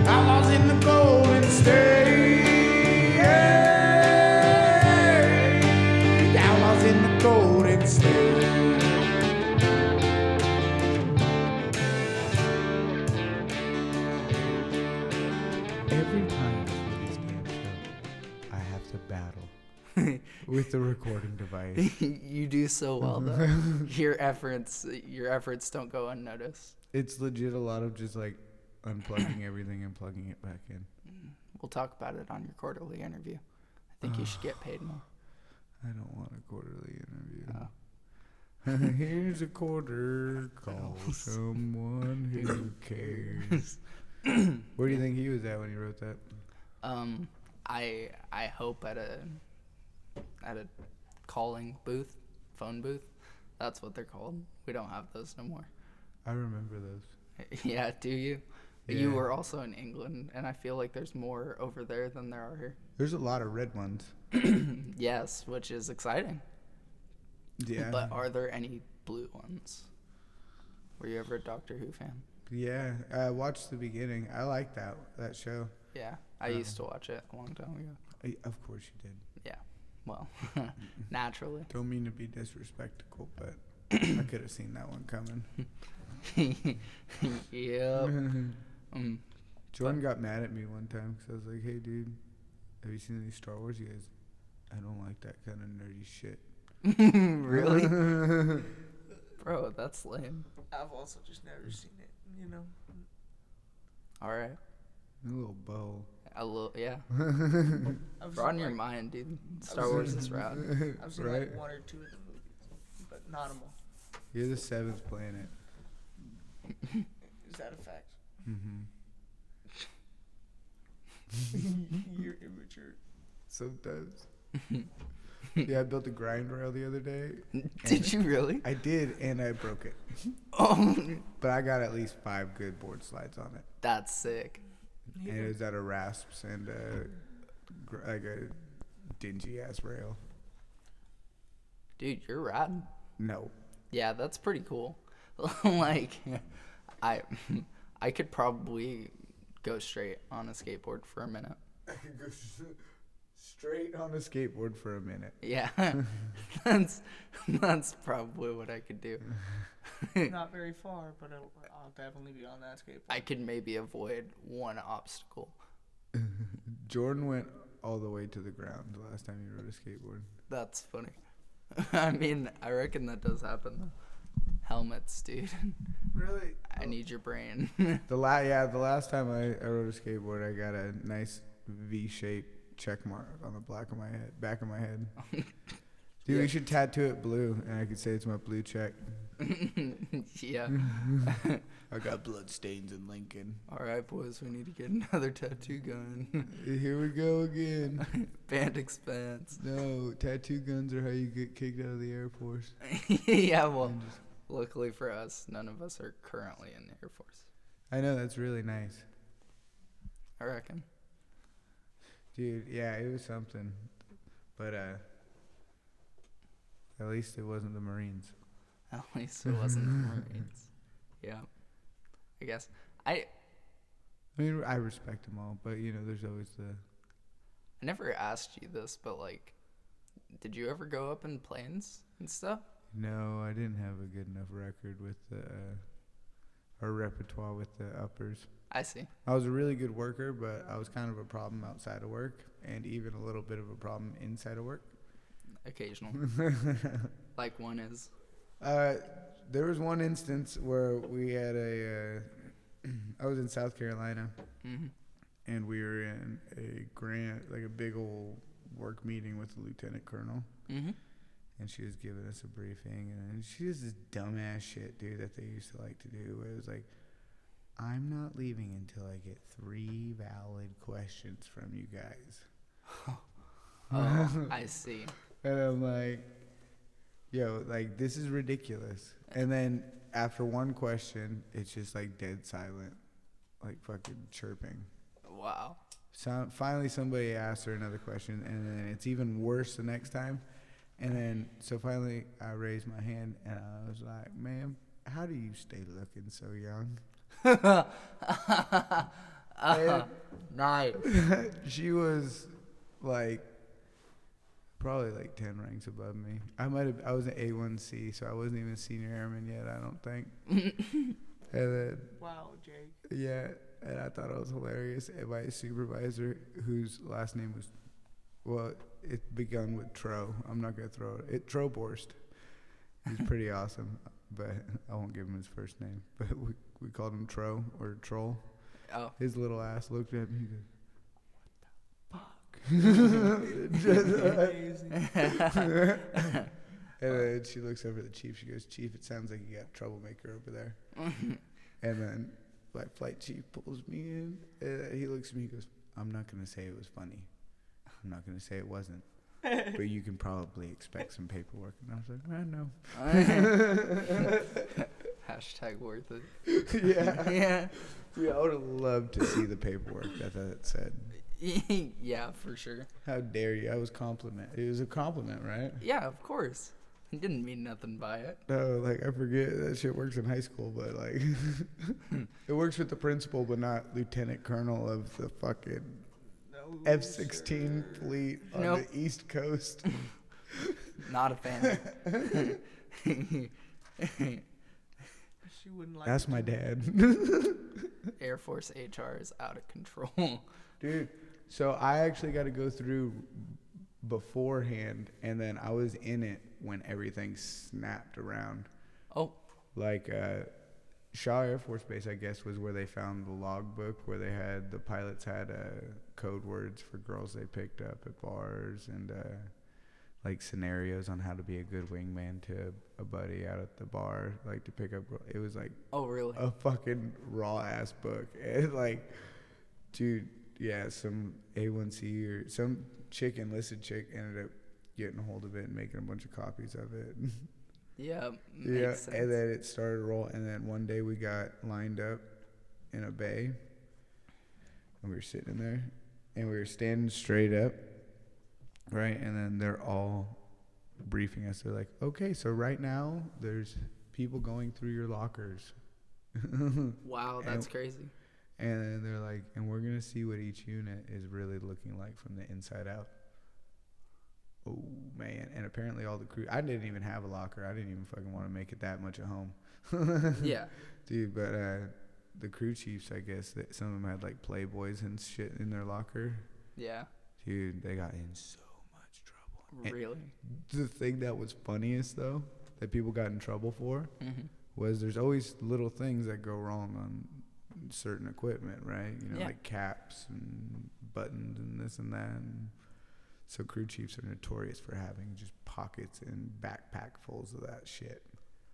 in the Golden State. Outlaws in the Golden State. Every time for this damn show, I have to battle with the recording device. you do so well though. your efforts, your efforts don't go unnoticed. It's legit a lot of just like unplugging everything and plugging it back in. We'll talk about it on your quarterly interview. I think you should get paid more. I don't want a quarterly interview. Oh. Here's a quarter. Call someone who cares. Where do you think he was at when he wrote that? Um, I I hope at a at a calling booth, phone booth. That's what they're called. We don't have those no more. I remember those. yeah, do you? You Yeah. were also in England, and I feel like there's more over there than there are here. There's a lot of red ones. Yes, which is exciting. Yeah. But are there any blue ones? Were you ever a Doctor Who fan? yeah. I watched the beginning. I liked that that show. Yeah, I used to watch it a long time ago. I, of course you did. Yeah, well, naturally. Don't mean to be disrespectful, but I could have seen that one coming. yep. Mm. Jordan got mad at me one time because I was like, "Hey, dude, have you seen any Star Wars?" He goes, "I don't like that kind of nerdy shit." really? Bro, that's lame. I've also just never seen it. You know, All right. A little bow. A little, yeah. I've Broaden seen, your like, mind, dude. Star Wars is rad. I've seen right? like one or two of the movies, but not them all. You're the seventh planet. Is that a fact? Mm-hmm. You're immature. Sometimes. yeah, I built a grind rail the other day. Did you really? I did, and I broke it. Oh, But I got at least five good board slides on it. that's sick. And it was out of rasps and uh, gr- like a dingy ass rail. Dude, you're rad. No. Yeah, that's pretty cool. like, I, I could probably go straight on a skateboard for a minute. I could go straight on a skateboard for a minute. Yeah, that's that's probably what I could do. Not very far, but I'll, I'll definitely be on that skateboard. I could maybe avoid one obstacle. Jordan went all the way to the ground the last time he rode a skateboard. That's funny. I mean, I reckon that does happen. though. Helmets, dude. Really? Oh. I need your brain. The la- yeah, the last time I, I rode a skateboard, I got a nice V-shaped check mark on the black of my head, back of my head. Dude, we should tattoo it blue, and I could say it's my blue check. yeah. I got blood stains in Lincoln. All right, boys, we need to get another tattoo gun. Here we go again. Band expense. No, tattoo guns are how you get kicked out of the Air Force. yeah, well, luckily for us, none of us are currently in the Air Force. I know that's really nice, I reckon. dude. Yeah, it was something, but uh, at least it wasn't the Marines. At least it wasn't the Marines. Yeah. I guess. I I mean, I respect them all, but you know, there's always the I never asked you this, but like, did you ever go up in planes and stuff? No, I didn't have a good enough record with the uh, or repertoire with the uppers. I see. I was a really good worker, but I was kind of a problem outside of work, and even a little bit of a problem inside of work. Occasional. like one is. Uh, there was one instance where we had a. Uh, I was in South Carolina, hmm and we were in a grant, like a big old work meeting with the lieutenant colonel. hmm and she was giving us a briefing and she does this dumbass shit dude that they used to like to do where it was like i'm not leaving until i get three valid questions from you guys Oh, I see. and i'm like yo like this is ridiculous and then after one question it's just like dead silent like fucking chirping Wow. so finally, somebody asked her another question, and then it's even worse the next time. And then, so finally, I raised my hand and I was like, "Ma'am, how do you stay looking so young?" Uh, nice. she was like probably like ten ranks above me. I might have I was an A one C, so I wasn't even a senior airman yet. I don't think. and then Wow, Jake. yeah, and I thought it was hilarious. And my supervisor, whose last name was, well, it begun with Tro. I'm not gonna throw it. It Troborst. He's pretty awesome, but I won't give him his first name. But we we called him Tro or Troll. Oh, His little ass looked at me. He goes, "What the fuck?" Amazing. and then she looks over at the chief. She goes, "Chief, it sounds like you got a troublemaker over there." and then my flight chief pulls me in, and he looks at me. He goes, "I'm not gonna say it was funny. I'm not gonna say it wasn't, but you can probably expect some paperwork." And I was like, "I know." hashtag worth it. yeah, Yeah. Dude, I would have loved to see the paperwork that that said. yeah, for sure. How dare you? I was compliment. It was a compliment, right? Yeah, of course. He didn't mean nothing by it. No, like I forget that shit works in high school, but like it works with the principal, but not lieutenant colonel of the fucking No, F sixteen fleet on Nope. the East Coast. Not a fan. She wouldn't like That's it. my dad, Air Force HR is out of control. dude. So I actually got to go through beforehand, and then I was in it when everything snapped around. Oh, like uh, Shaw Air Force Base, I guess, was where they found the logbook where they had the pilots had uh, code words for girls they picked up at bars and uh, like scenarios on how to be a good wingman to a buddy out at the bar, like to pick up. girl- It was like oh, really? a fucking raw ass book, and like, dude, yeah, some A1C or some chick enlisted chick ended up getting a hold of it and making a bunch of copies of it. yeah, makes Yeah, sense. and then it started to roll, and then one day we got lined up in a bay, and we were sitting in there, and we were standing straight up, right, and then they're all briefing us. They're like, "Okay, so right now there's people going through your lockers," and wow, and- that's crazy. then they're like, "And we're gonna see what each unit is really looking like from the inside out." Oh man! And apparently all the crew. I didn't even have a locker. I didn't even fucking want to make it that much at home. Yeah. Dude, but uh, the crew chiefs, I guess that some of them had like Playboys and shit in their locker. Yeah, Dude, they got in so much trouble. And- really. The thing that was funniest though, that people got in trouble for, Mhm. was there's always little things that go wrong on certain equipment, right? You know, Yeah. like caps and buttons and this and that. And so crew chiefs are notorious for having just pockets and backpack fulls of that shit.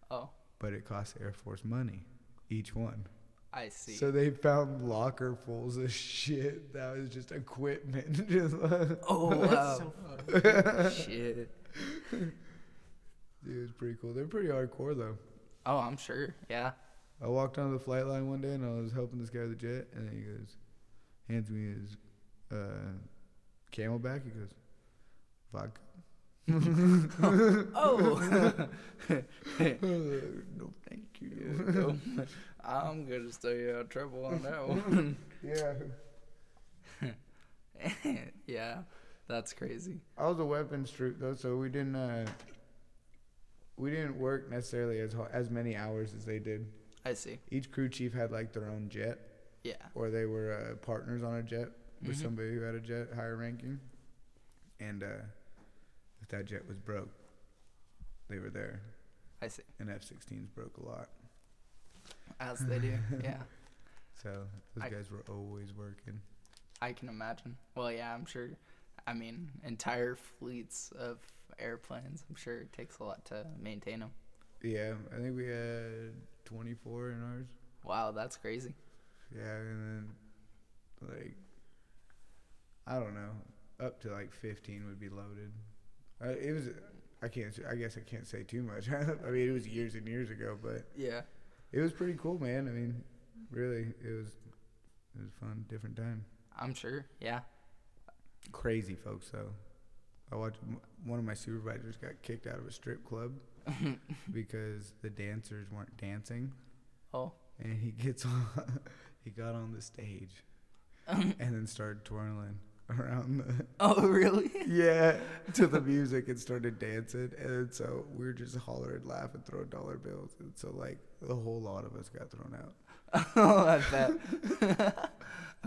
Oh, But it costs Air Force money, each one. I see. So they found locker fulls of shit that was just equipment. Just like- oh, wow. So funny. Shit. Dude, it's pretty cool. They're pretty hardcore though. Oh, I'm sure. Yeah. I walked onto the flight line one day and I was helping this guy with the jet, and then he goes, hands me his uh, camelback. He goes, vodka. Oh. no, thank Yeah, you. no. I'm gonna stay out of trouble on that one. Yeah. yeah, that's crazy. I was a weapons troop though, so we didn't uh, we didn't work necessarily as ho- as many hours as they did. I see. Each crew chief had like their own jet, Yeah. or they were uh, partners on a jet with Mhm. somebody who had a jet higher ranking. And uh, if that jet was broke, they were there. I see. And F-16s broke a lot, As they do. Yeah. so those I- guys were always working. I can imagine. Well, yeah, I'm sure. I mean, entire fleets of airplanes, I'm sure it takes a lot to maintain them. Yeah, I think we had 24 in ours. Wow, that's crazy. Yeah, and then like I don't know, up to like 15 would be loaded. Uh, it was I can't s- I guess I can't say too much. I mean, it was years and years ago, but Yeah. it was pretty cool, man. I mean, really, it was it was fun, different time. I'm sure. Yeah. Crazy folks though. I watched m- one of my supervisors got kicked out of a strip club because the dancers weren't dancing, Oh, and he gets on, he got on the stage Yeah. and then started twirling around the oh, really? yeah to the music and started dancing and so we were just hollering laughing throwing dollar bills and so like the whole lot of us got thrown out oh, I bet.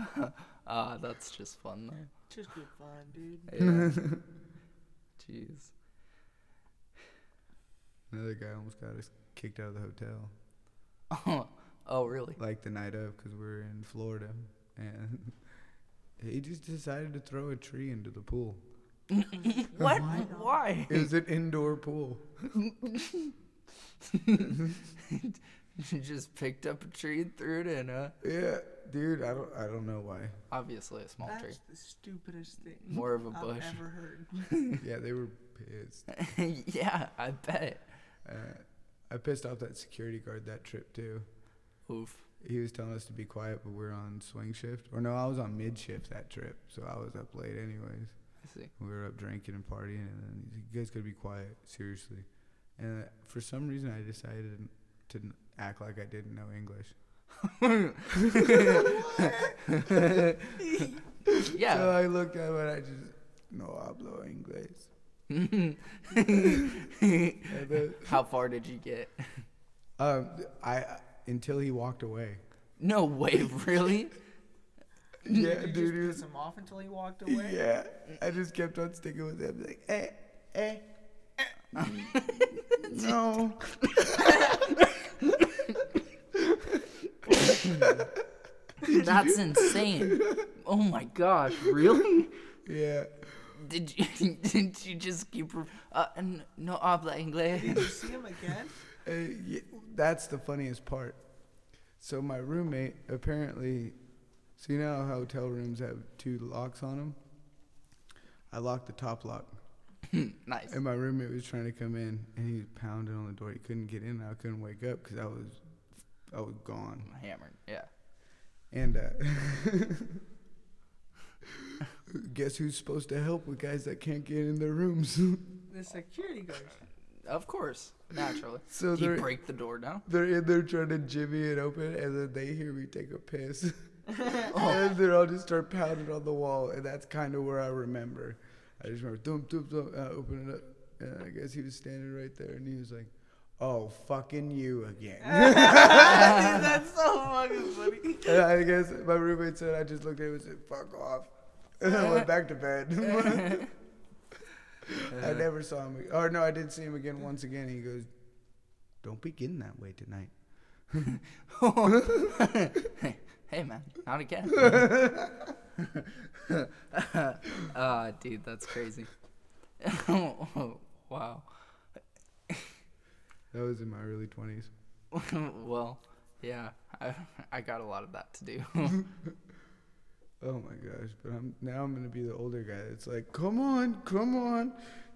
Ah, that's just fun though. Just good fun, dude. Yeah. Jeez. another guy almost got us kicked out of the hotel Oh, oh really? like the night of because we were in florida and he just decided to throw a tree into the pool what? Why? it was an indoor pool You just picked up a tree and threw it in, huh? yeah dude i don't i don't know why Obviously a small tree. That's the stupidest thing More of a I've bush. ever heard. yeah they were pissed yeah, I bet. uh, i pissed off that security guard that trip too Oof. he was telling us to be quiet, but we are on swing shift. Or no, I was on mid shift that trip, so I was up late anyways. I see. We were up drinking and partying, and then he's like, "You guys gotta be quiet, seriously." And uh, for some reason, I decided to n- act like I didn't know English. So Yeah. I looked at him and I just, "No hablo inglés." And then, How far did you get? um, I until he walked away. No way, really? Yeah, Did dude. you just he was- piss him off until he walked away? Yeah, I just kept on sticking with him, like, eh, eh, eh. no. That's insane. Oh my gosh, really? Yeah. Did you did you just keep re- uh, n- no habla Did inglés? you see him again? Uh, yeah. That's the funniest part. So my roommate apparently, so you know how hotel rooms have two locks on them. I locked the top lock, nice. and my roommate was trying to come in, and he was pounding on the door. He couldn't get in. and I couldn't wake up because I was, I was gone. Hammered. Yeah. And uh, guess who's supposed to help with guys that can't get in their rooms? The security guard. Of course. Naturally. so Do you they're break the door down? they're in there trying to jimmy it open, and then they hear me take a piss, and then I'll just start pounding on the wall, and that's kind of where I remember. I just remember thump thump thump, uh, open it up, and I guess he was standing right there, and he was like, "Oh fucking you again." That's so fucking funny. and I guess my roommate said I just looked at him and said, "Fuck off," and I went back to bed. I never saw him. ag- Or no, I did see him again once again. He goes, "Don't be getting that way tonight." hey man, not again. Ah, dude, that's crazy. wow. That was in my early twenties. well, yeah, I, I got a lot of that to do. Oh my gosh! But I'm now I'm gonna be the older guy. It's like, come on, come on,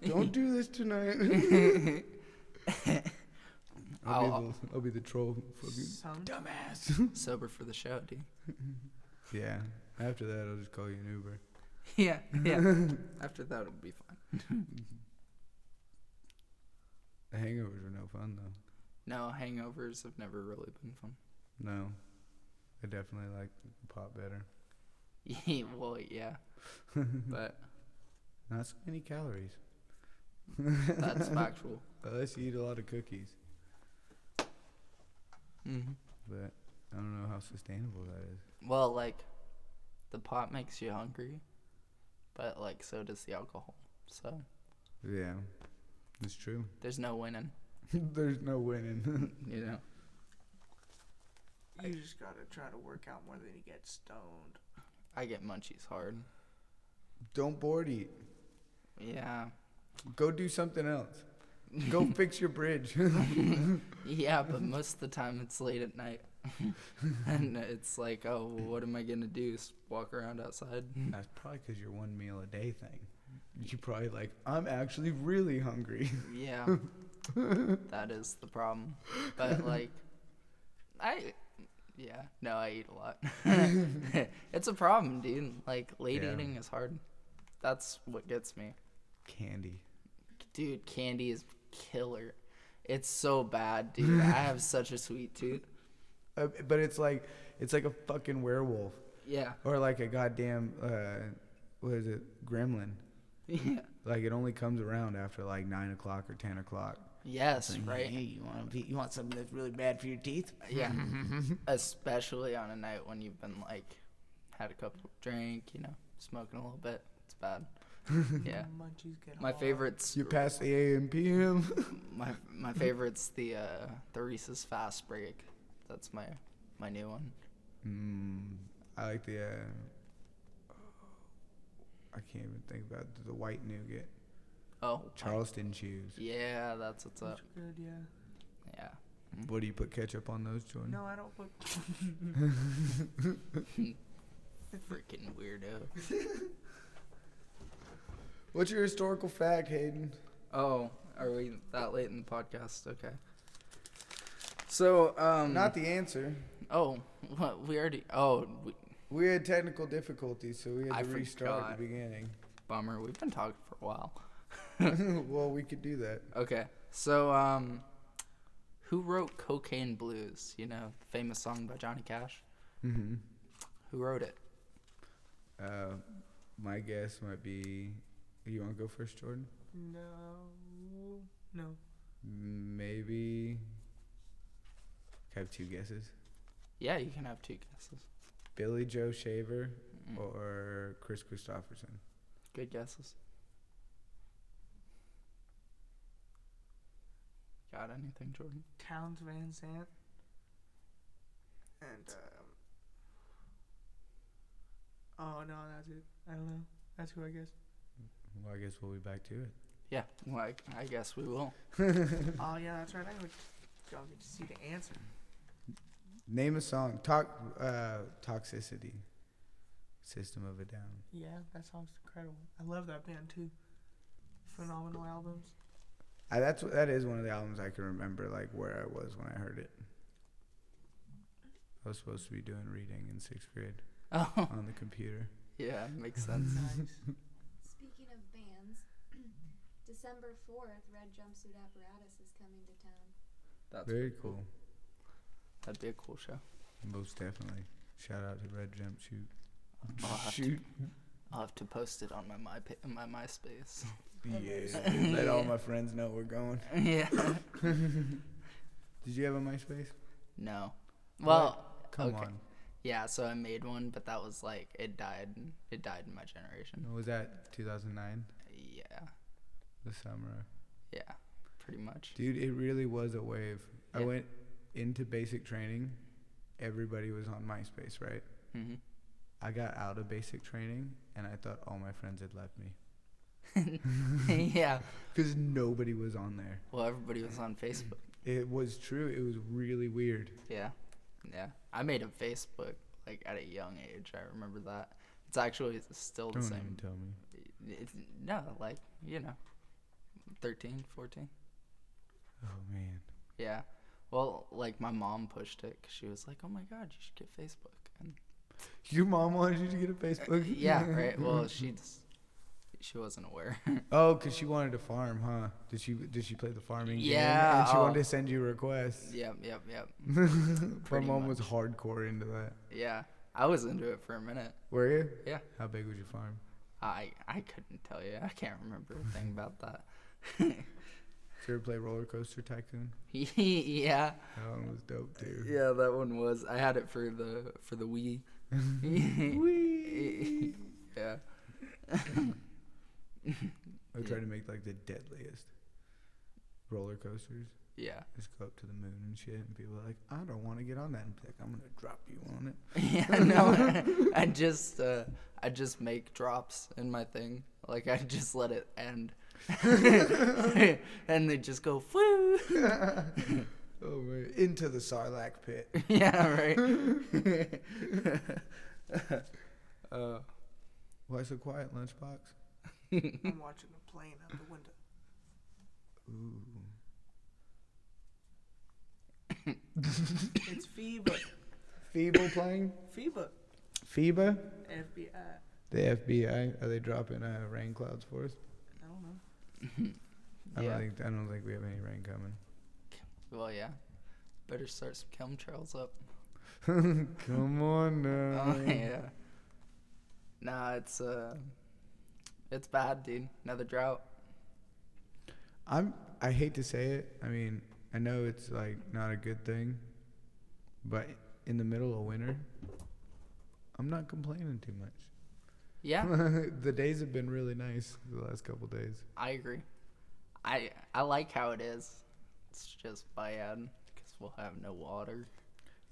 don't do this tonight. I'll, be I'll- the, I'll be the troll. Fucking. Some Dumbass. Sober for the show, dude. yeah. After that, I'll just call you an Uber. Yeah, yeah. After that, it'll be fine. The hangovers were no fun though. No, hangovers have never really been fun. No, I definitely like pop better. Yeah, well, yeah, but Not so many calories. that's factual. Unless you eat a lot of cookies. hmm But I don't know how sustainable that is. Well, like, the pot makes you hungry, but like, so does the alcohol. So Yeah, it's true. there's no winning, There's no winning. you know. you just gotta try to work out more than you get stoned. I get munchies hard. Don't board eat. Yeah, Go do something else. Go fix your bridge. yeah, but most of the time it's late at night, and it's like, oh, well, what am I gonna do? S- Walk around outside? That's probably because your one meal a day thing. You probably like, I'm actually really hungry. Yeah, that is the problem. But like, I, yeah, no, I eat a lot. it's a problem, dude. Like late Yeah. eating is hard. That's what gets me, Candy. dude. Candy is killer. It's so bad, dude. I have such a sweet tooth. Uh, but it's like, it's like a fucking werewolf. Yeah. Or like a goddamn uh, what is it? Gremlin. Yeah. Like it only comes around after like nine o'clock or ten o'clock. Yes, Like, right. Hey, you want you want something that's really bad for your teeth? Yeah. Especially on a night when you've been like had a couple drink, you know, smoking a little bit. It's bad. Yeah. Munchies get My hard. favorite's You pass the AM PM. my my favorite's the uh the Reese's fast break. That's my my new one. mm, I like the. Uh, I can't even think about it. the white nougat. Oh. Charleston chews. Yeah, that's what's up. Those are Good, yeah. Yeah. What do you put ketchup on those, Jordan? No, I don't put. Freaking weirdo. What's your historical fact, Hayden? Oh, are we that late in the podcast? Okay. So, um Not the answer. Oh, what we already Oh, we, We had technical difficulties, so we had to I restart at forgot. the beginning. bummer. We've been talking for a while. well, we could do that. Okay. So, um, who wrote Cocaine Blues? You know, the famous song by Johnny Cash? Mm-hmm. Who wrote it? Uh, my guess might be. You want to go first, Jordan? no. No. Maybe. I have two guesses. Yeah, you can have two guesses. Billy Joe Shaver Mm, Oh. or Chris Christopherson. Good guesses. Got anything, Jordan? Towns Van Sant. And um. Oh no, that's it. I don't know. That's who I guess. Well, I guess we'll be back to it. Yeah, like I guess we will. oh yeah, that's right. I would. Y'all get to see the answer. Name a song. Talk. Uh, toxicity. System of a Down. Yeah, that song's incredible. I love that band too. Phenomenal albums. I, that's what- that is one of the albums I can remember like where I was when I heard it. I was supposed to be doing reading in sixth grade Oh, on the computer. yeah, makes sense. Nice. Speaking of bands, December 4th, Red Jumpsuit Apparatus is coming to town. That's, Very cool. that'd be a cool show. Most definitely. Shout out to Red Jump Shoot. I'll have, to, Shoot. I'll have to post it on my my, my MySpace. Yes. Let all my friends know we're going. yeah. Did you have a MySpace? No. Well, Come okay. on. Yeah, so I made one, but that was like it died. It died in my generation. Was that 2009? Yeah, The summer. yeah, pretty much. Dude, it really was a wave. I Yeah. went into basic training. Everybody was on MySpace, right? Mm-hmm. I got out of basic training and I thought all my friends had left me Mm-hmm. yeah. because nobody was on there. Well, everybody was on Facebook. It was true. It was really weird. Yeah, yeah. I made a Facebook like at a young age. I remember that. It's actually still the Don't even same. tell me. It's, no, like you know, 13, 14. Oh man. Yeah. Well, like my mom pushed it 'cause she was like, "Oh my God, you should get Facebook." And Your mom wanted you to get a Facebook. yeah, right. Well, she just, she wasn't aware. Oh, cause she wanted to farm, huh? Did she? Did she play the farming game? Yeah, And she wanted oh. to send you requests. yep, yep, yep. my pretty mom was hardcore into that. Yeah, I was into it for a minute. Were you? Yeah. How big was your farm? I I couldn't tell you. I can't remember a thing about that. Did you ever play Roller Coaster Tycoon? yeah, That one was dope too. yeah, that one was. I had it for the for the Wii. Wii. yeah. I tried to make like the deadliest roller coasters. Yeah. Just go up to the moon and shit, and people are like, I don't want to get on that. And like, I'm gonna drop you on it. Yeah. No, I just uh, I just make drops in my thing. Like I just let it end, and they just go woo. Oh, man. into the Sarlacc pit. yeah. Right. uh, Why so quiet, lunchbox? I'm watching a plane out the window. Ooh. It's FIBA. FIBA playing? FIBA. FIBA? FBI. The FBI? Are they dropping uh, rain clouds for us? I don't know. I yeah. don't think I don't think we have any rain coming. Well, yeah. Better start some chemtrails up. Come on now. Oh yeah. Nah, it's uh, it's bad, dude. Another drought. I'm. I hate to say it. I mean, I know it's like not a good thing, but in the middle of winter, I'm not complaining too much. Yeah, the days have been really nice the last couple days. I agree. I I like how it is. It's just bad because we'll have no water.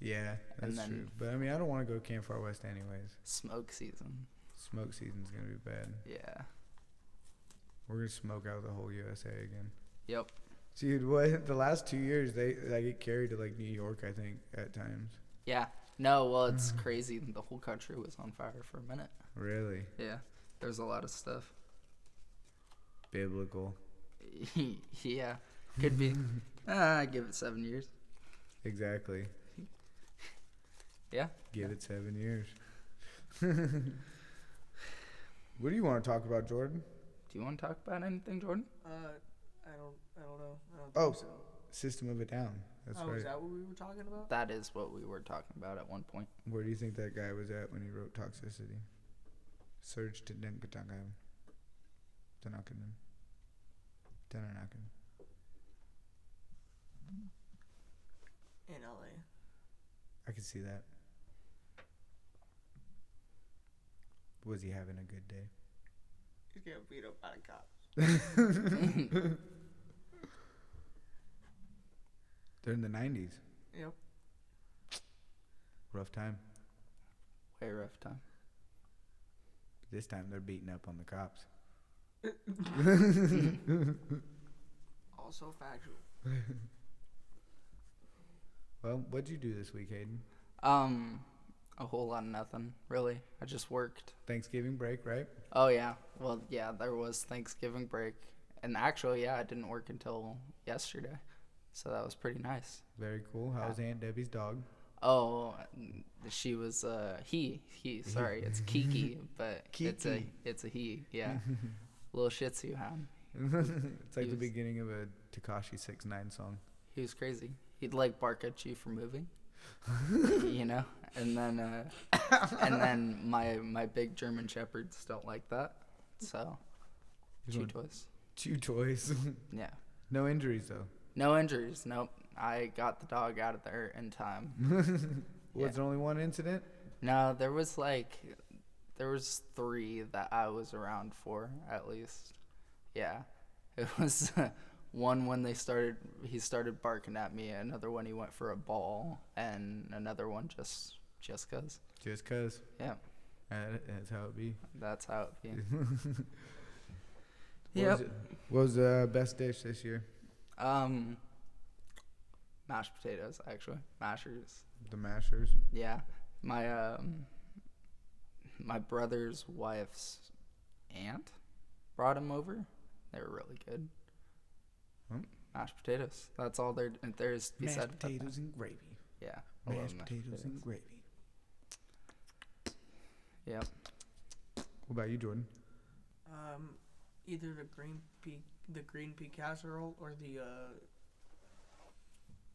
Yeah, that's And then- true. But I mean, I don't want to go camp far west anyways. Smoke season. Smoke season's gonna be bad. Yeah. We're gonna smoke out the whole USA again. Yep. Dude, what the last two years they I get carried to like New York, I think, at times. Yeah. No, well, it's crazy. The whole country was on fire for a minute. Really Yeah. There's a lot of stuff. biblical. yeah. Could be. ah, I give it seven years. Exactly. Yeah. Give it seven years. what do you want to talk about, Jordan? Do you want to talk about anything, Jordan? Uh, I don't, I don't know. I don't think Oh, so. System of a Down. That's oh, right. is that what we were talking about? That is what we were talking about at one point. Where do you think that guy was at when he wrote Toxicity? Surge to Denkatangam. Tanakanim. Tananakan. In LA. I can see that. Was he having a good day? He's getting beat up by the cops. During the 90s. Yep. Rough time. Way rough time. This time they're beating up on the cops. Also factual. Well, what'd you do this week, Hayden? Um, a whole lot of nothing, really. I just worked. Thanksgiving break, right? Oh yeah. Well, yeah, there was Thanksgiving break, and actually, yeah, I didn't work until yesterday, so that was pretty nice. Very cool. Ah. How's Aunt Debbie's dog? Oh, n- she was uh he he sorry it's Kiki but it's a Kiki. it's a he yeah little Shih Tzu hound it's like He the was- beginning of a Takashi Six Nine song. he was crazy he'd like bark at you for moving you know and then uh and then my my big German shepherds don't like that so He's two one- toys Two toys. yeah no injuries though. no injuries nope I got the dog out of there in time Was there only one incident? No, there was like there was three that I was around for at least. Yeah. It was uh, one when they started he started barking at me, another one he went for a ball, and another one just just cuz. Just cause. Yeah. Uh, that's how it be. That's how it be. What was, yep. it- what was the best dish this year? Um mashed potatoes actually. Mashers. The mashers. Yeah, my um, my brother's wife's aunt brought him over. They were really good. Hmm. Mashed potatoes. That's all there there is to be said. about that. and gravy. Yeah. I love gravy. Yep. What about you, Jordan? Um, either the green pea, the green pea casserole, or the uh,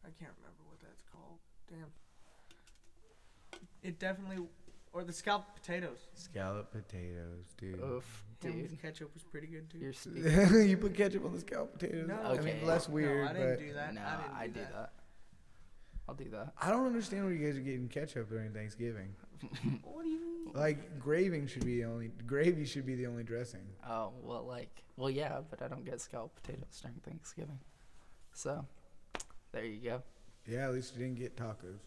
I can't remember what that's called. Damn. It definitely, or the scalloped potatoes. Scallop potatoes, dude. Oof, Ham dude. with ketchup was pretty good too. You're speaking. you put ketchup on the scallop potatoes. No. I mean, Okay. less weird, no, I didn't but do that. no, I didn't do, I do that. that. I'll do that. I don't understand where you guys are getting ketchup during Thanksgiving. What do you mean? Like graving should be the only gravy should be the only dressing. Oh well, like well, yeah, but I don't get scalloped potatoes during Thanksgiving. So, there you go. Yeah, at least you didn't get tacos.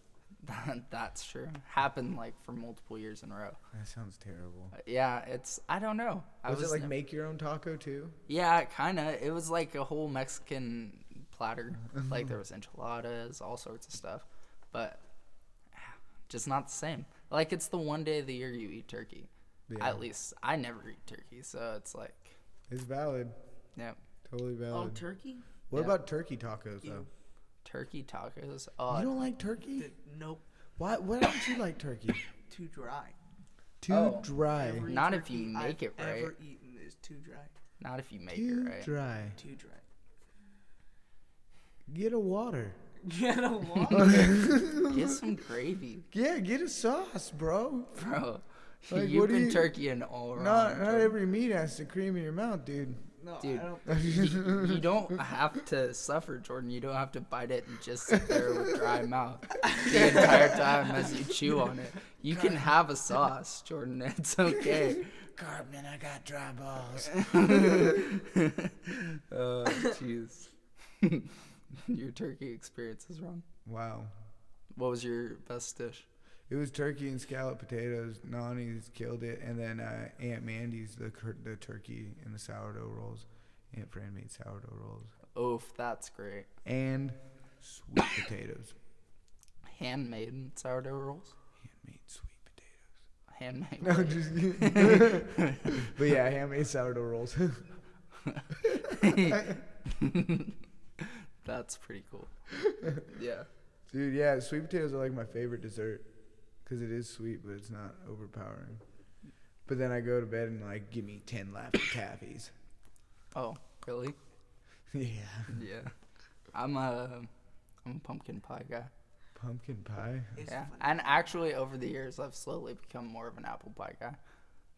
That's true. Happened like for multiple years in a row. That sounds terrible. Uh, Yeah, it's I don't know. I was, it like nev- make your own taco too? Yeah, kind of. It was like a whole Mexican platter. like there was enchiladas, all sorts of stuff, but just not the same. Like it's the one day of the year you eat turkey. Yeah. At least I never eat turkey, so it's like, It's valid, yeah, totally Oh, valid. turkey? what yeah. about turkey tacos though? Ew. turkey tacos. You Oh, don't like turkey? Th- nope. Why? Why don't you like turkey? Too dry. Too Oh. dry. Every Not if you turkey make I've it right. Ever eaten is too dry. not if you make Too it right. dry. Too dry. Get a water. Get a what? Get some gravy, yeah, get a sauce, bro. bro. Like, You've what do been you- turkey and all wrong. Not not bro. every meat has to cream in your mouth, dude. No, Dude. I don't. you, you don't have to suffer, Jordan. You don't have to bite it and just sit there with dry mouth the entire time as you chew on it. You can have a sauce, Jordan. It's okay. Cartman, I got dry balls. oh, jeez. your turkey experience is wrong. Wow. What was your best dish? It was turkey and scalloped potatoes. Nani's killed it, and then uh, Aunt Mandy's the cur- the turkey and the sourdough rolls. Aunt Fran made sourdough rolls Oof, that's great. and sweet potatoes. Handmade sourdough rolls. Handmade sweet potatoes. No, Handmade. just kidding. but yeah, handmade sourdough rolls. That's pretty cool. Yeah. Dude, yeah, sweet potatoes are like my favorite dessert because it is sweet, but it's not overpowering. But then I go to bed and like, give me ten Laffy Taffies. Oh, really? yeah, Yeah. I'm a I'm a pumpkin pie guy. pumpkin pie. It's Yeah. funny. And actually over the years I've slowly become more of an apple pie guy.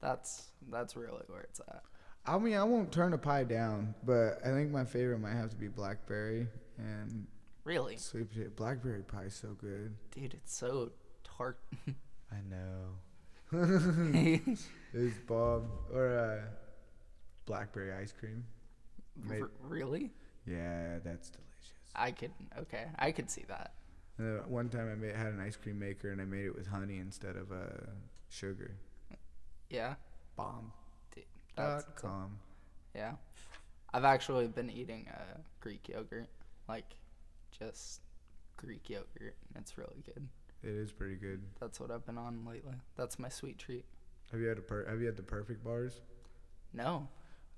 That's that's really where it's at. I mean, I won't turn a pie down, but I think my favorite might have to be blackberry and Really? sweet potato. Blackberry pie is so good. Dude, it's so tart. I Hmm. know. it was Bob or uh, blackberry ice cream. Mate. R- really? Yeah, that's delicious. I could okay, I could see that. And, uh, one time I made, had an ice cream maker and I made it with honey instead of uh, sugar. Yeah. Bomb. Dude, Uh, that's Dot cool. com. Yeah. I've actually been eating uh, Greek yogurt. Like just Greek yogurt. It's really good. It is pretty good. That's what I've been on lately. That's my sweet treat. Have you had a per- Have you had the perfect bars? No,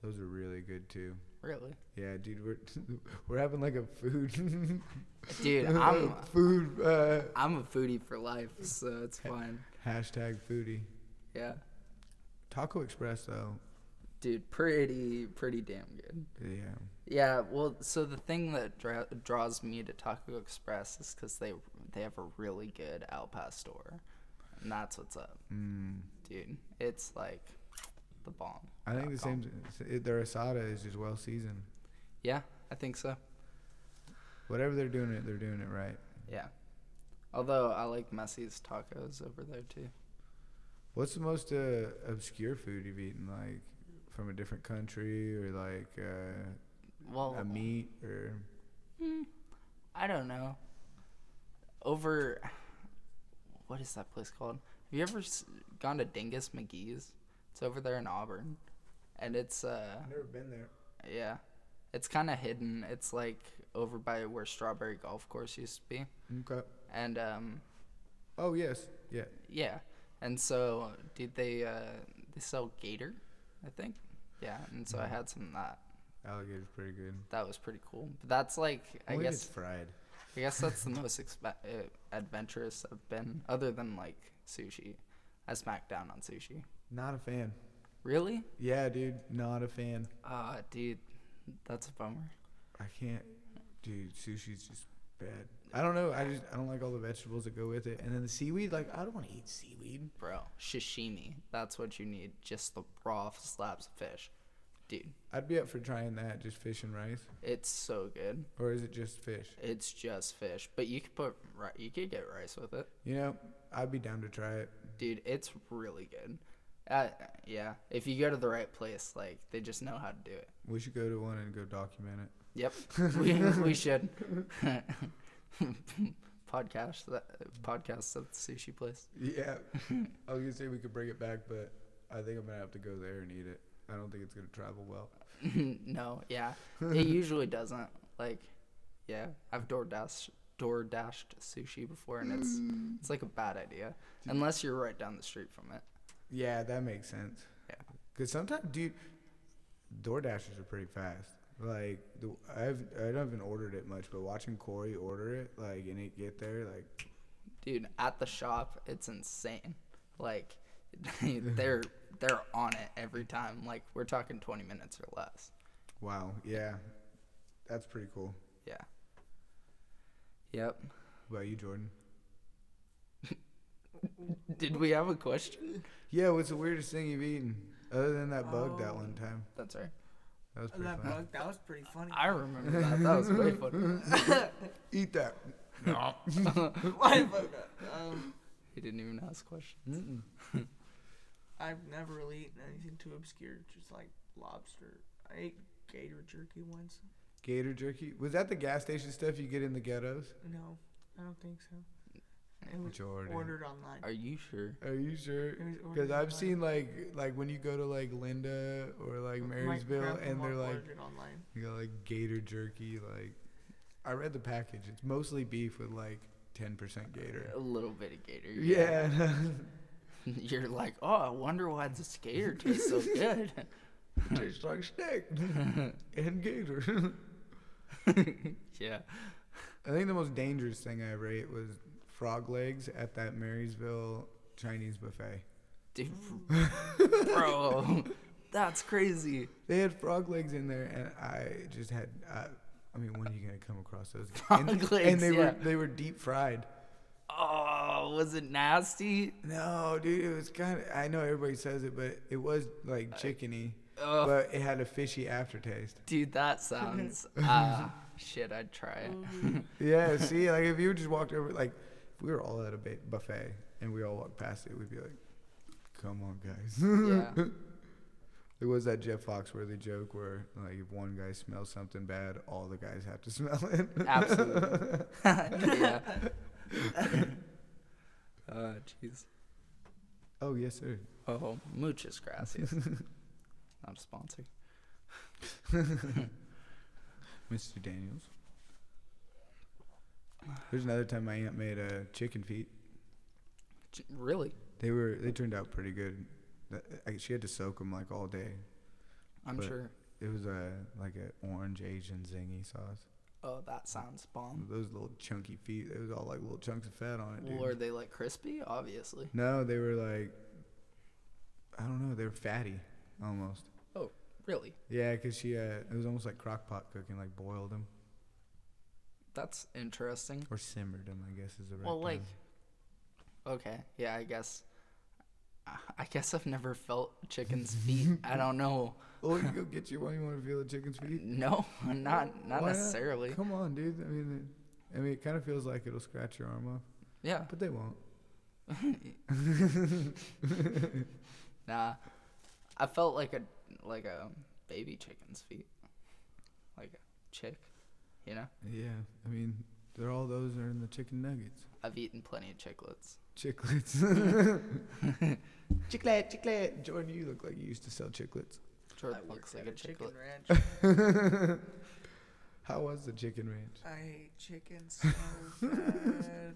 Those are really good too. really. Yeah, dude, we're we're having like a food Dude, I'm food uh, I'm a foodie for life, so it's fine. hashtag foodie. Yeah. Taco Express though. Dude, pretty pretty damn good. Yeah. Yeah, well, so the thing that dra- draws me to Taco Express is cuz they they have a really good al pastor. And that's what's up. Mm. Dude, it's like the bomb. I think Dot the com. same. It, their asada is just well seasoned. Yeah, I think so. Whatever they're doing it, they're doing it right. Yeah. Although I like Messi's tacos over there too. What's the most uh, obscure food you've eaten, like from a different country or like uh, Well, a meat or? I don't know. Over, what is that place called? Have you ever s- gone to Dingus McGee's? It's over there in Auburn, and it's uh never been there. yeah, it's kind of hidden. It's like over by where Strawberry Golf Course used to be, Okay. and um Oh yes. Yeah. yeah, and so did they uh they sell gator, I think, yeah, and so I had some of that. Alligator's pretty good. That was pretty cool. But that's like I Only if guess it's fried. I guess that's the most expe- uh, adventurous I've been, other than like sushi. I smacked down on sushi. Not a fan. Really? Yeah, dude. Not a fan. Ah, dude, that's a bummer. I can't, dude. Sushi's just bad. I don't know. I just I don't like all the vegetables that go with it, and then the seaweed. Like I don't want to eat seaweed. Bro, sashimi. That's what you need. Just the raw slabs of fish. Dude, I'd be up for trying that. Just fish and rice, it's so good. or is it just fish? It's just fish, but you could put ri- you could get rice with it. You know, I'd be down to try it. Dude, it's really good. Uh, yeah, if you go to the right place, like they just know how to do it. We should go to one and go document it. Yep, we, we should podcast that podcast at the sushi place. Yeah, I was gonna say we could bring it back, but I think I'm gonna have to go there and eat it. I don't think it's gonna travel well. no, yeah, it usually doesn't. Like, yeah, I've door dashed door dashed sushi before, and it's it's like a bad idea unless you're right down the street from it. Yeah, that makes sense. Yeah. Cause sometimes, dude, DoorDashers are pretty fast. Like, the, I've I haven't ordered it much, but watching Corey order it, like, and it get there, like, Dude, at the shop, it's insane. Like, they're they're on it every time. Like, we're talking 20 minutes or less. wow, yeah, that's pretty cool. Yeah. Yep. What about you, Jordan? Did we have a question? Yeah, what's the weirdest thing you've eaten? Other than that bug that Oh. one time. That's right. That was pretty uh, That funny. bug, that was pretty funny. I remember that. That was way funny. Eat that. No. Why bug? Um, he didn't even ask questions. Mm-mm. I've never really eaten anything too obscure, just like lobster. I ate gator jerky once. Gator jerky. Was that the gas station stuff you get in the ghettos? No, I don't think so. It was Jordan. ordered online. Are you sure? Are you oh, sure? It was Because ordered I've online. seen like like when you go to like Linda or like My Marysville and grandma they're like ordered online. you got like gator jerky like I read the package. It's mostly beef with like ten percent gator. A little bit of gator. Yeah. You're like, oh, I wonder why this gator tastes so good. Tastes like steak and gator. yeah. I think the most dangerous thing I ever ate was frog legs at that Marysville Chinese buffet. Dude, bro, that's crazy. They had frog legs in there, and I just had. I, I mean, when are you gonna come across those? Frog and, legs, And they yeah. were they were deep fried. Oh, was it nasty? No, dude, it was kind of. I know everybody says it, but it was like chickeny, Oh, but it had a fishy aftertaste. dude, that sounds. Ah, shit, I'd try it. Yeah, see, like if you just walked over, like if we were all at a ba- buffet and we all walked past it, we'd be like, "Come on, guys." yeah. It was that Jeff Foxworthy joke where like if one guy smells something bad, all the guys have to smell it. Absolutely. yeah. Uh, jeez. oh yes, sir. Oh, muchas gracias. I'm sponsored. Mr. Daniels. There's another time my aunt made uh, chicken feet. J- Really? They were they turned out pretty good. Th- I, she had to soak them like all day. I'm But- sure. It was a like an orange Asian zingy sauce. Oh, that sounds bomb. Those little chunky feet. It was all like little chunks of fat on it. Dude. Were they like crispy? Obviously. No, they were like I don't know. They were fatty almost. Really? Yeah, 'cause she uh, it was almost like crock pot cooking, like boiled them That's interesting. or simmered them. I guess is the right. Well, like, term. okay, yeah, I guess. I- I guess I've never felt chicken's feet. I don't know. oh, you go get you one. You want to feel the chicken's feet? No, not not Why necessarily. Come on, dude. I mean, I mean, it kind of feels like it'll scratch your arm off, Yeah, but they won't. nah. I felt like a like a baby chicken's feet, like a chick. You know, Yeah, I mean, they're all those are in the chicken nuggets, I've eaten plenty of chicklets. chiclets. chiclet, chiclet. Jordan, you look like you used to sell chiclets. I Jordan looks worked like at a a chicken chicklet. ranch. How was the chicken ranch? I hate chicken so bad.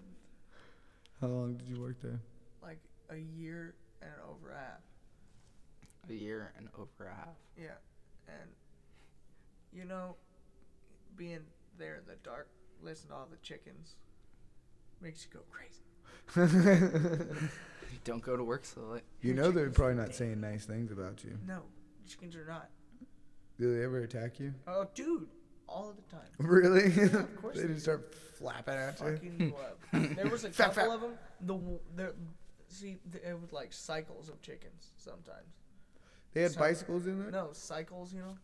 How long did you work there? Like a year and over a half. A year and over a half. Yeah, and you know, being there in the dark, listening to all the chickens, makes you go crazy. Don't go to work so late. You Your know they're chicken's probably not dead. saying nice things about you. No, chickens are not. Do they ever attack you? Oh, dude, all the time. Really? of course they they just start flapping at you. Fucking love. There was a Fap, couple fap. of them. The w- the see, th- it was like cycles of chickens sometimes. They had So- bicycles in there. No cycles, you know.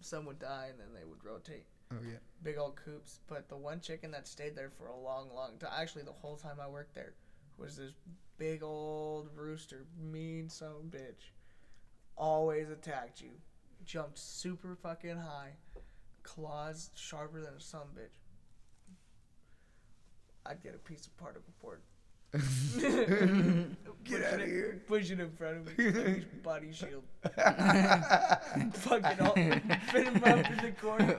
Some would die and then they would rotate. Oh yeah. big old coops. But the one chicken that stayed there for a long, long time, actually the whole time I worked there, was this big old rooster, mean son of a bitch. Always attacked you. Jumped super fucking high. Claws sharper than a son of a bitch. I'd get a piece of part of a board. Get out of here. Push it in front of me. like his body shield. Fucking all, fit him up in the corner.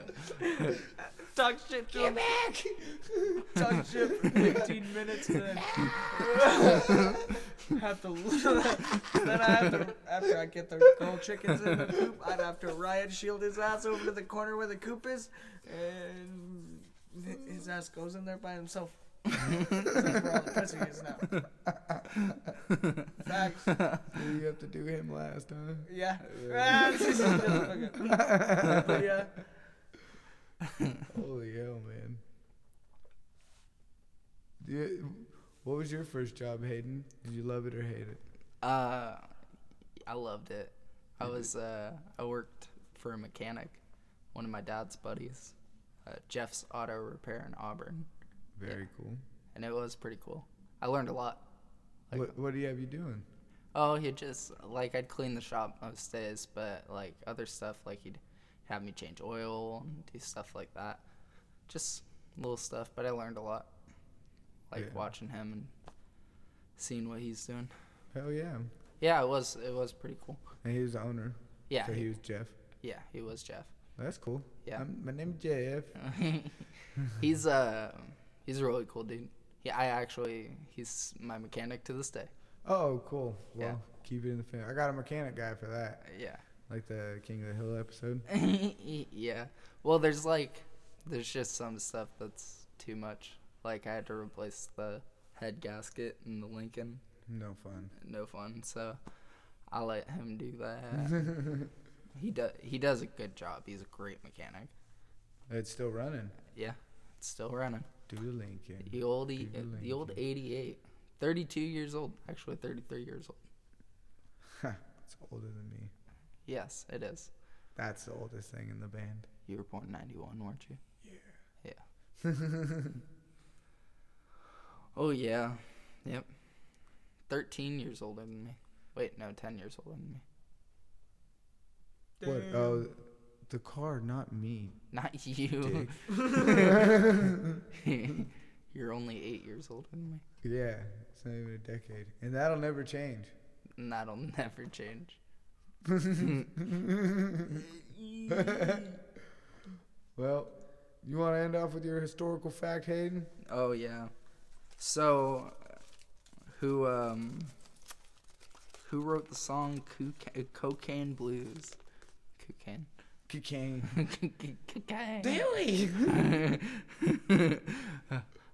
Talk shit to him. back. Talk shit for 15 minutes and then have to. then I have to after I get the cold chickens in the coop, I'd have to riot shield his ass over to the corner where the coop is, and his ass goes in there by himself. Except for all the pussy he is now. Facts. you have to do him last, huh? Yeah. Ah, this is just- but yeah. Holy hell, man. Yeah, What was your first job, Hayden? Did you love it or hate it? Uh, I loved it. I You did? was uh, I worked for a mechanic, one of my dad's buddies, uh, Jeff's Auto Repair in Auburn, Very cool. and it was pretty cool. I learned a lot. Like- what What do you have you doing? Oh, he just like I'd clean the shop most days, but like other stuff, like he'd have me change oil and do stuff like that. Just little stuff, but I learned a lot. Like Yeah. watching him and seeing what he's doing. Hell yeah! Yeah, it was it was pretty cool. And he was the owner. Yeah, So he- he was Jeff. yeah, he was Jeff. That's cool. Yeah. I'm, my name's Jeff. he's uh he's a really cool dude. Yeah, I actually he's my mechanic to this day. Oh, cool. Well, Yeah. keep it in the family. I got a mechanic guy for that, Yeah. like the King of the Hill episode. yeah. Well, there's like, there's just some stuff that's too much. Like I had to replace the head gasket in the Lincoln. No fun. No fun. So I let him do that. he does. He does a good job. He's a great mechanic. It's still running. Yeah. It's still running. Do the Lincoln. The old, e- Good the old 88. 32 years old. Actually, 33 years old. it's older than me. Yes, it is. That's the oldest thing in the band. You were born 91, weren't you? Yeah. Yeah. oh, yeah. Yep. 13 years older than me. Wait, no, 10 years older than me. What? Oh, the car, not me. Not you. Dick. You're only 8 years older than me. Yeah, it's not even a decade, and that'll never change. And that'll never change. Well, you want to end off with your historical fact, Hayden? Oh, yeah. So, who, um, who wrote the song Coca- Cocaine Blues? Cocaine. Cocaine. Cocaine.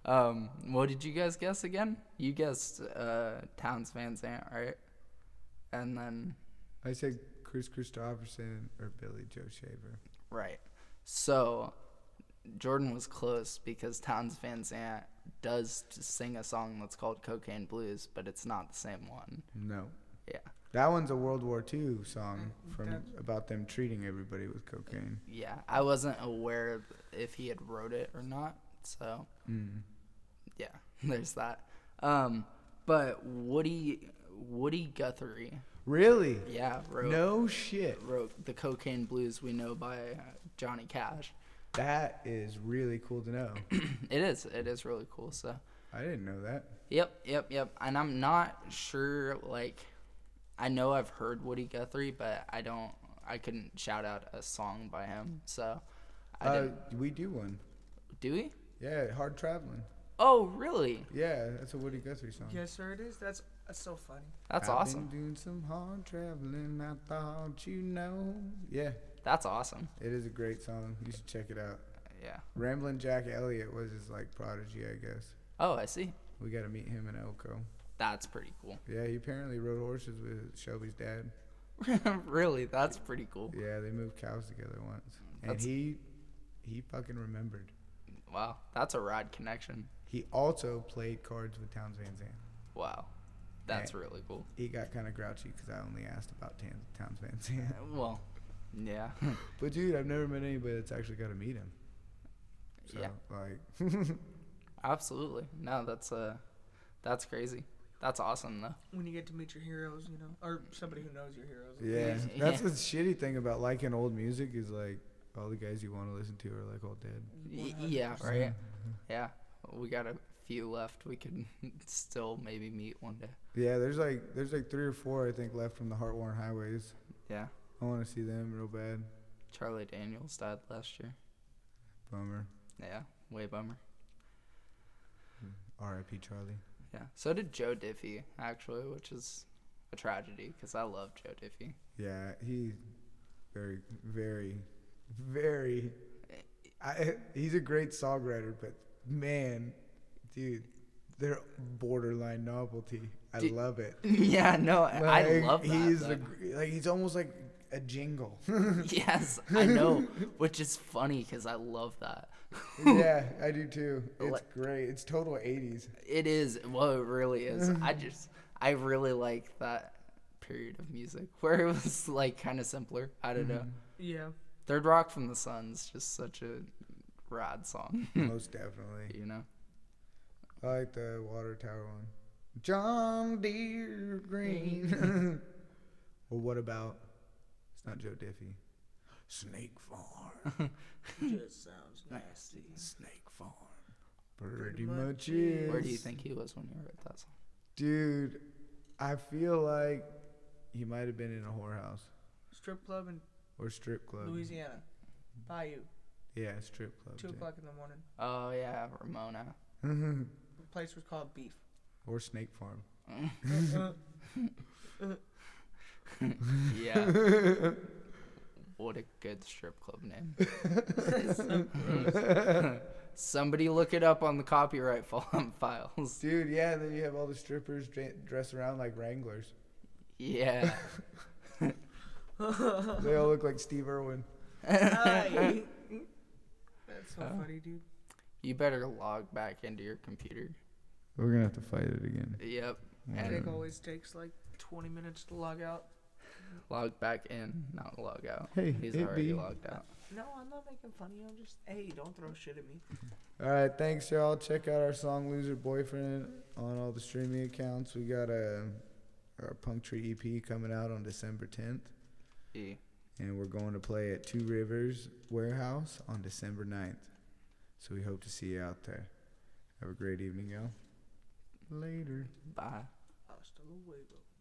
um, what did you guys guess again? You guessed uh, Towns Van Zandt, right? And then I said Chris Christopherson or Billy Joe Shaver. right. So Jordan was close because Towns Van Zandt does t- sing a song that's called Cocaine Blues, but it's not the same one. No. Yeah, That one's a World War II song from That's- about them treating everybody with cocaine. yeah. I wasn't aware of if he had wrote it or not, so Mm. yeah, there's that. Um, but Woody Woody Guthrie, Really? yeah, wrote No shit. wrote the cocaine blues we know by uh, johnny cash That is really cool to know. it is it is really cool so I didn't know that. yep yep yep and i'm not sure like i know i've heard woody guthrie but i don't i couldn't shout out a song by him so i Uh, didn't we do one. do we Yeah, Hard Traveling. oh really Yeah, that's a Woody Guthrie song. Yes, sir, it is. That's, that's so funny. that's I've awesome Been doing some hard traveling, I thought you know. Yeah, that's awesome it is a great song. You should check it out. yeah Ramblin' Jack Elliott was his like prodigy, I guess. oh i see We got to meet him in Elko. that's pretty cool Yeah, he apparently rode horses with Shelby's dad. really that's pretty cool Yeah, they moved cows together once, and That's- he he fucking remembered. wow that's a rad connection He also played cards with Towns Van Zandt. wow that's really cool He got kind of grouchy because I only asked about Tan- Towns Van Zandt. Well, yeah. But dude, I've never met anybody that's actually got to meet him. So Yeah. like, Absolutely. No, that's uh that's crazy. That's awesome though. When you get to meet your heroes, you know, or somebody who knows your heroes. yeah, Yeah. that's the shitty thing about liking old music is like all the guys you want to listen to are like all dead. Y- yeah, right. Yeah. We got a few left. We could still maybe meet one day. Yeah, there's like there's like three or four I think left from the Heartworn Highways. Yeah. I want to see them real bad. Charlie Daniels died last year. Bummer. Yeah. Way bummer. R.I.P. Charlie. Yeah. So did Joe Diffie actually, which is a tragedy because I love Joe Diffie. Yeah, he's very, very, very. Eh. I, he's a great songwriter, but man, dude, they're borderline novelty. I Dude, love it. yeah. No, I I Like, love that. He's though. the gr- like he's almost like a jingle. yes, I know, which is funny because I love that. yeah, I do too. It's Like- great. It's total 80s. It is. Well, it really is. I just, I really like that period of music where it was like kind of simpler. I don't know. Mm-hmm. Yeah. Third Rock from the Sun's just such a rad song, Most definitely. you know? I like the water tower one. John Deere Green. well, what about? It's not Joe Diffie. Snake Farm. Just sounds nasty. Snake Farm. Pretty Pretty much much is. is. Where do you think he was when you wrote that song? Dude, I feel like he might have been in a whorehouse Strip club in or strip club. Louisiana. Bayou. Yeah, strip club. Two dude. o'clock in the morning. Oh, yeah, Ramona. The place was called Beef. or Snake Farm. Yeah. what a good strip club name. Somebody look it up on the copyright fol- files. Dude, yeah, and then you have all the strippers dra- dress around like Wranglers. Yeah. They all look like Steve Irwin. Aye. That's so funny, dude. You better log back into your computer. We're gonna have to fight it again. Yep. Jake And always takes like 20 minutes to log out. log back in, not log out. Hey, He's it already be. logged out. No, I'm not making fun of you. I'm just, hey, don't throw shit at me. All right, thanks y'all. Check out our song "Loser Boyfriend" on all the streaming accounts. We got a our Punk Tree EP coming out on December 10th, E. and we're going to play at Two Rivers Warehouse on December 9th. So we hope to see you out there. Have a great evening, y'all. Later. Bye. Hasta luego.